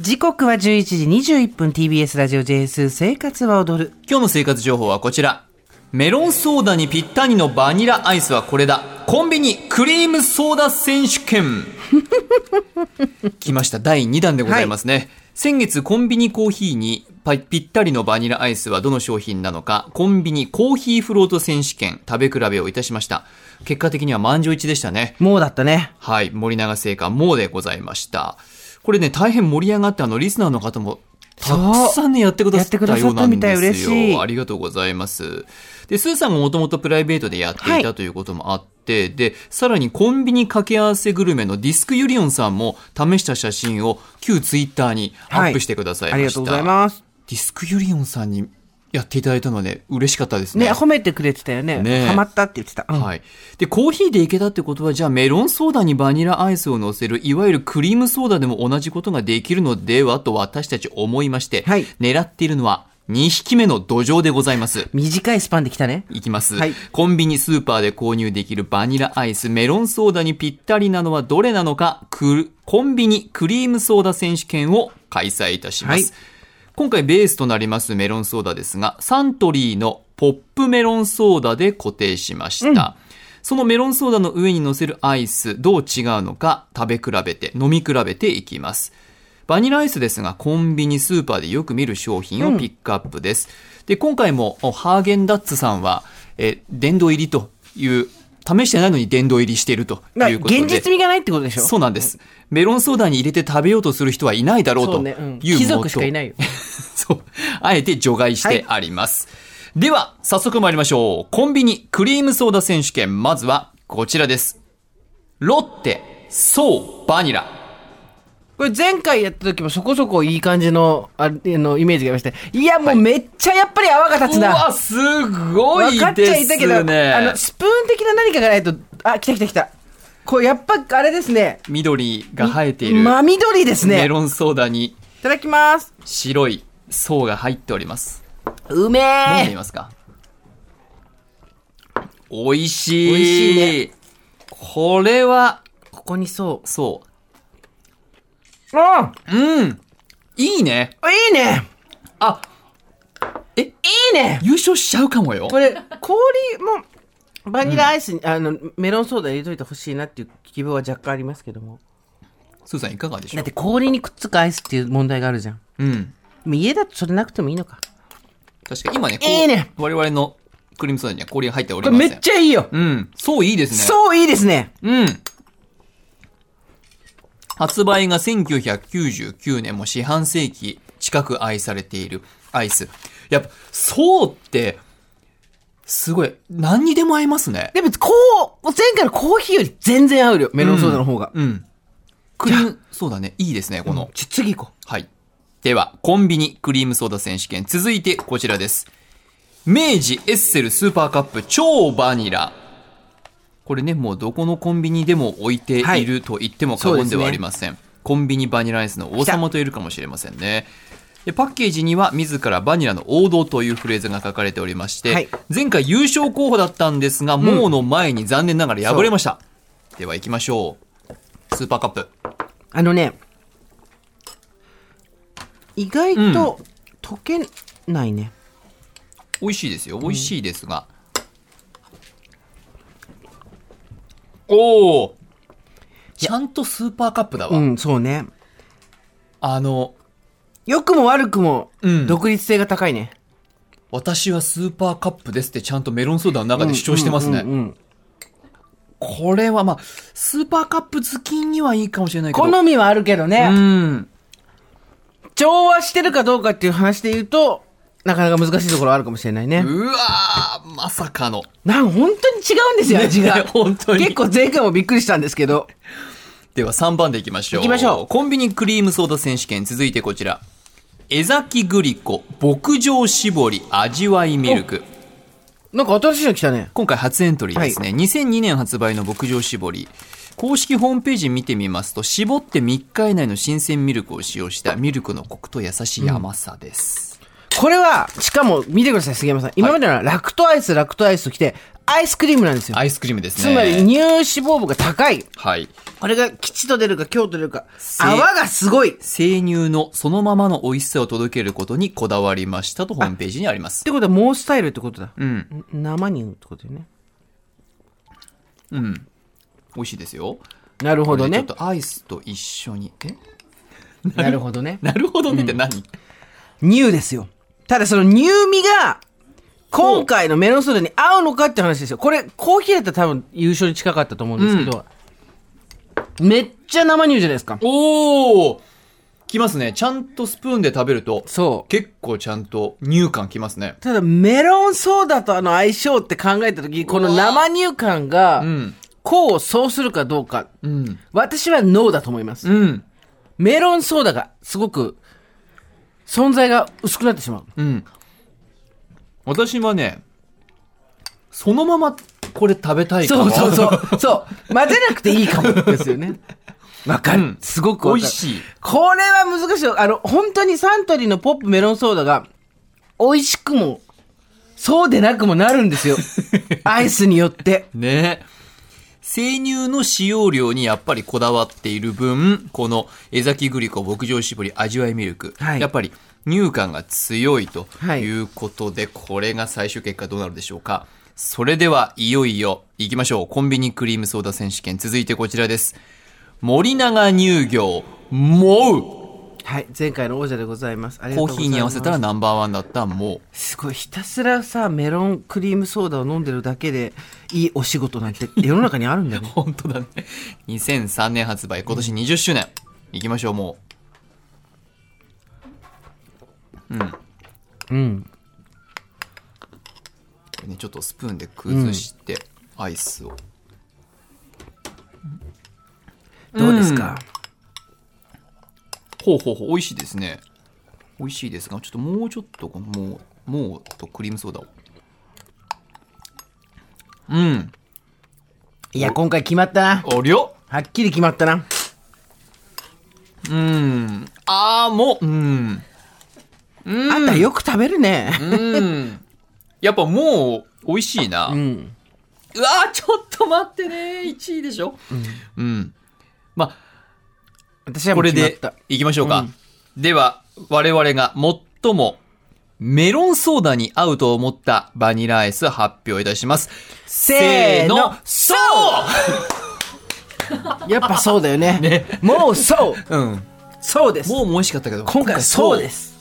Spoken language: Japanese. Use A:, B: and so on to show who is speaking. A: 時刻は11時21分 TBS ラジオ JS 生活は踊る
B: 今日の生活情報はこちらメロンソーダにぴったりのバニラアイスはこれだコンビニクリームソーダ選手権来ました第2弾でございますね、先月コンビニコーヒーにパぴったりのバニラアイスはどの商品なのかコンビニコーヒーフロート選手権食べ比べをいたしました結果的には満場一致でしたね
A: もうだったね
B: はい、森永製菓もうでございました。これね、大変盛り上がって、あの、リスナーの方も、たくさんね、やってくださ
A: や
B: っ
A: ってく
B: た
A: ださ
B: よ
A: っ
B: う
A: た
B: な
A: み
B: ん
A: たい
B: ですよ。
A: 嬉しい
B: ありがとうございます。で、スーさんがもともとプライベートでやって
A: はいい
B: たということもあって、で、さらにコンビニ掛け合わせグルメのディスクユリオンさんも試した写真を旧ツイッターにアップしてください
A: あ
B: ました。
A: りがとうございます
B: ディスクユリオンさんにやっていただいたのはね、嬉しかったです
A: ね
B: ね
A: 褒めてくれてたよね
B: ね
A: ハマったって言ってた、うん
B: はい、でコーヒーでいけたってことはじゃあメロンソーダにバニラアイスを乗せるいわゆるクリームソーダでも同じことができるのではと私たち思いまして、
A: はい
B: 狙っているのは2匹目の土壌でございます。
A: 短いスパンで来たね
B: いきます、
A: はい
B: コンビニスーパーで購入できるバニラアイスメロンソーダにぴったりなのはどれなのかくコンビニクリームソーダ選手権を開催いたします、
A: は
B: 今回ベースとなりますメロンソーダですがサントリーのポップメロンソーダで固定しました、そのメロンソーダの上に乗せるアイスどう違うのか食べ比べて飲み比べていきますバニラアイスですがコンビニスーパーでよく見る商品をピックアップです、で今回もおハーゲンダッツさんはえ殿堂入りという試してないのに殿堂入りしていると
A: まあ
B: いうことで
A: 現実味がないってことでしょ
B: そうなんですメロンソーダに入れて食べようとする人はいないだろう
A: そ
B: というう
A: ね、うん、貴族しかいないいよ
B: そうあえて除外してあります、では早速参りましょうコンビニクリームソーダ選手権まずはこちらですロッテそうバニラ
A: これ前回やった時もそこそこいい感じのあれのイメージがありましたいやもうめっちゃやっぱり泡が立つ
B: う
A: な、
B: わ、すごい
A: 分かっち
B: で
A: ゃい
B: す
A: たけど、あ
B: ね
A: の。スプーン的な何かがないとあ来た来た来たこうやっぱあれですね
B: 緑が生えている
A: 真緑ですね
B: メ
A: い
B: ロンソーダに
A: ただきます
B: 白い層が入っております。
A: うめ
B: 飲んでみ
A: え
B: ますか美味しい。
A: 美味し
B: いね。これは、
A: ここにそ
B: そう
A: あ
B: う。うん。いいね。
A: いいね
B: あ、
A: いいね
B: 優勝しちゃうかもよ。
A: これ氷もバニラアイスに、あのメロンソーダ入れといてほしいなっていう希望は若干ありますけども
B: スーさんいかがでし
A: だっ
B: ょう
A: て氷にくっつくアイスっていう問題があるじゃん
B: うん。
A: でも家だとそれなくてもいいのか
B: 確かに今ね、こう
A: いいね
B: 我々のクリームソーダには氷が入ってお
A: こ
B: り
A: れ
B: ま
A: め
B: せん。
A: っちゃいいよ、
B: うん。そういいですね。
A: そういいですね
B: うん。発売が1999年も四半世紀近く愛されているアイス。やっぱ、そうって、すごい、何にでも合いますね。
A: でもこう前回のコーヒーより全然合うよメロンソーダの方が、
B: うん。クリーム、そうだね。いいですね、この。
A: ちょ次行こう
B: はい。では、コンビニクリームソーダ選手権。続いて、こちらです。明治エッセルスーパーカップ超バニラ。これね、もうどこのコンビニでも置いて
A: はい
B: いると言っても過
A: そうで
B: 言
A: す
B: で
A: ね
B: はありません。コンビニバニラアイスの王様といえるかもしれませんね。でパッケージには自らバニラの王道というフレーズが書かれておりまして、
A: はい
B: 前回優勝候補だったんですが、もうの前に残念ながら敗れました。では行きましょう。スーパーカップ。
A: あのね意外と溶けないね、
B: 美味しいですよ美味しいですが、おおちゃんとスーパーカップだわ、
A: うん、そうね
B: あの
A: 良くも悪くも
B: うん
A: 独立性が高いね、
B: 私はスーパーカップですってちゃんとメロンソーダの中で主張してますね、
A: うんうんうんうん
B: これはまあスーパーカップ好きにはいいかもしれないけど
A: 好みはあるけどね、
B: うん
A: 調和してるかどうかっていう話で言うとなかなか難しいところはあるかもしれないね、
B: うわーまさかの
A: なんか本当に違うんですよ味が、
B: ね本当に
A: 結構前回もびっくりしたんですけど
B: では3番でいきましょう
A: いきましょう
B: コンビニクリームソーダ選手権続いてこちら江崎グリコ牧場搾り味わいミルク
A: なんか新しいの来たね
B: 今回初エントリーですね、2002年発売の牧場絞り公式ホームページ見てみますと絞って3日以内の新鮮ミルクを使用したミルクのコクと優しい甘さです、
A: これは、しかも見てください、杉山さん。今までのはラクトアイス、ラクトアイスときて、アイスクリームなんですよ。
B: アイスクリームですね。
A: つまり乳脂肪分が高い。
B: はい。
A: これが吉と出るか強と出るか。
B: せ
A: 泡がすごい。っ
B: 生乳のそのままの美味しさを届けることにこだわりましたとホームページにあります。
A: てことは、モースタイルってことだ。
B: うん。
A: 生乳ってことよね。
B: 美味しいですよ。
A: なるほど
B: ちょっ
A: ね。
B: とアイスと一緒に。え
A: なるほどね。
B: なるほどねって何、
A: 乳ですよ。ただその乳味が、今回のメロンソーダに合うのかって話ですよ。これ、コーヒーだったら多分優勝に近かったと思うんですけど、めっちゃ生乳じゃないですか。
B: おおきますね。ちゃんとスプーンで食べると、
A: そう。
B: 結構ちゃんと乳感きますね。
A: ただ、メロンソーダとあの相性って考えたとき、この生乳感が
B: う、ん。
A: こうそうするかどうか、
B: うん。
A: 私はノーだと思います。
B: うん。
A: メロンソーダがすごく、存在が薄くなってしまう。
B: うん。私はね、そのままこれ食べたいか
A: そ
B: も
A: うそうそう。そう。混ぜなくていいかも。ですよ ね。わかる、
B: うん
A: すごくわかる
B: 美味しい。
A: これは難しいよ。あの、本当にサントリーのポップメロンソーダが、美味しくも、そうでなくもなるんです よ。アイスによって。
B: ね生乳の使用量にやっぱりこだわっている分、この江崎グリコ牧場絞り味わいミルク、
A: はい
B: やっぱり乳感が強いと
A: はい
B: いうことで、これが最終結果どうなるでしょうか。それではいよいよ行きましょう。コンビニクリームソーダ選手権続いてこちらです。森永乳業、もう
A: はい。前回の王者でございます。ありが
B: コ
A: とう
B: ー
A: ございます。
B: ヒーに合わせたらナンバーワンだったもう。。
A: すごい。ひたすらさ、メロンクリームソーダを飲んでるだけで、いいお仕事なんて、世の中にあるんだね
B: 本当だね。2003年発売、今年20周年。行きましょう、もう。
A: うん。
B: これねちょっとスプーンで崩して、アイスを
A: どうですか、
B: ほうほうほう美味しいですね美味しいですがちょっともうちょっとこのもうもうとクリームソーダをうん
A: いや、今回決まったな。
B: おりょ
A: はっきり決まったな。
B: うんあーもううん
A: あんたよく食べるね。
B: うんやっぱもう美味しいな、
A: うん。
B: うわーちょっと待ってね1位でしょうん、まあ
A: 私はも
B: こ
A: う
B: れ
A: 決まっ
B: で
A: た。
B: いきましょうか、では我々が最もメロンソーダに合うと思ったバニラアイス発表いたします
A: せーの
B: そう
A: やっぱそうだよね。もうそう
B: うん
A: そうです。
B: もうも美味しかったけど
A: 今回はそうです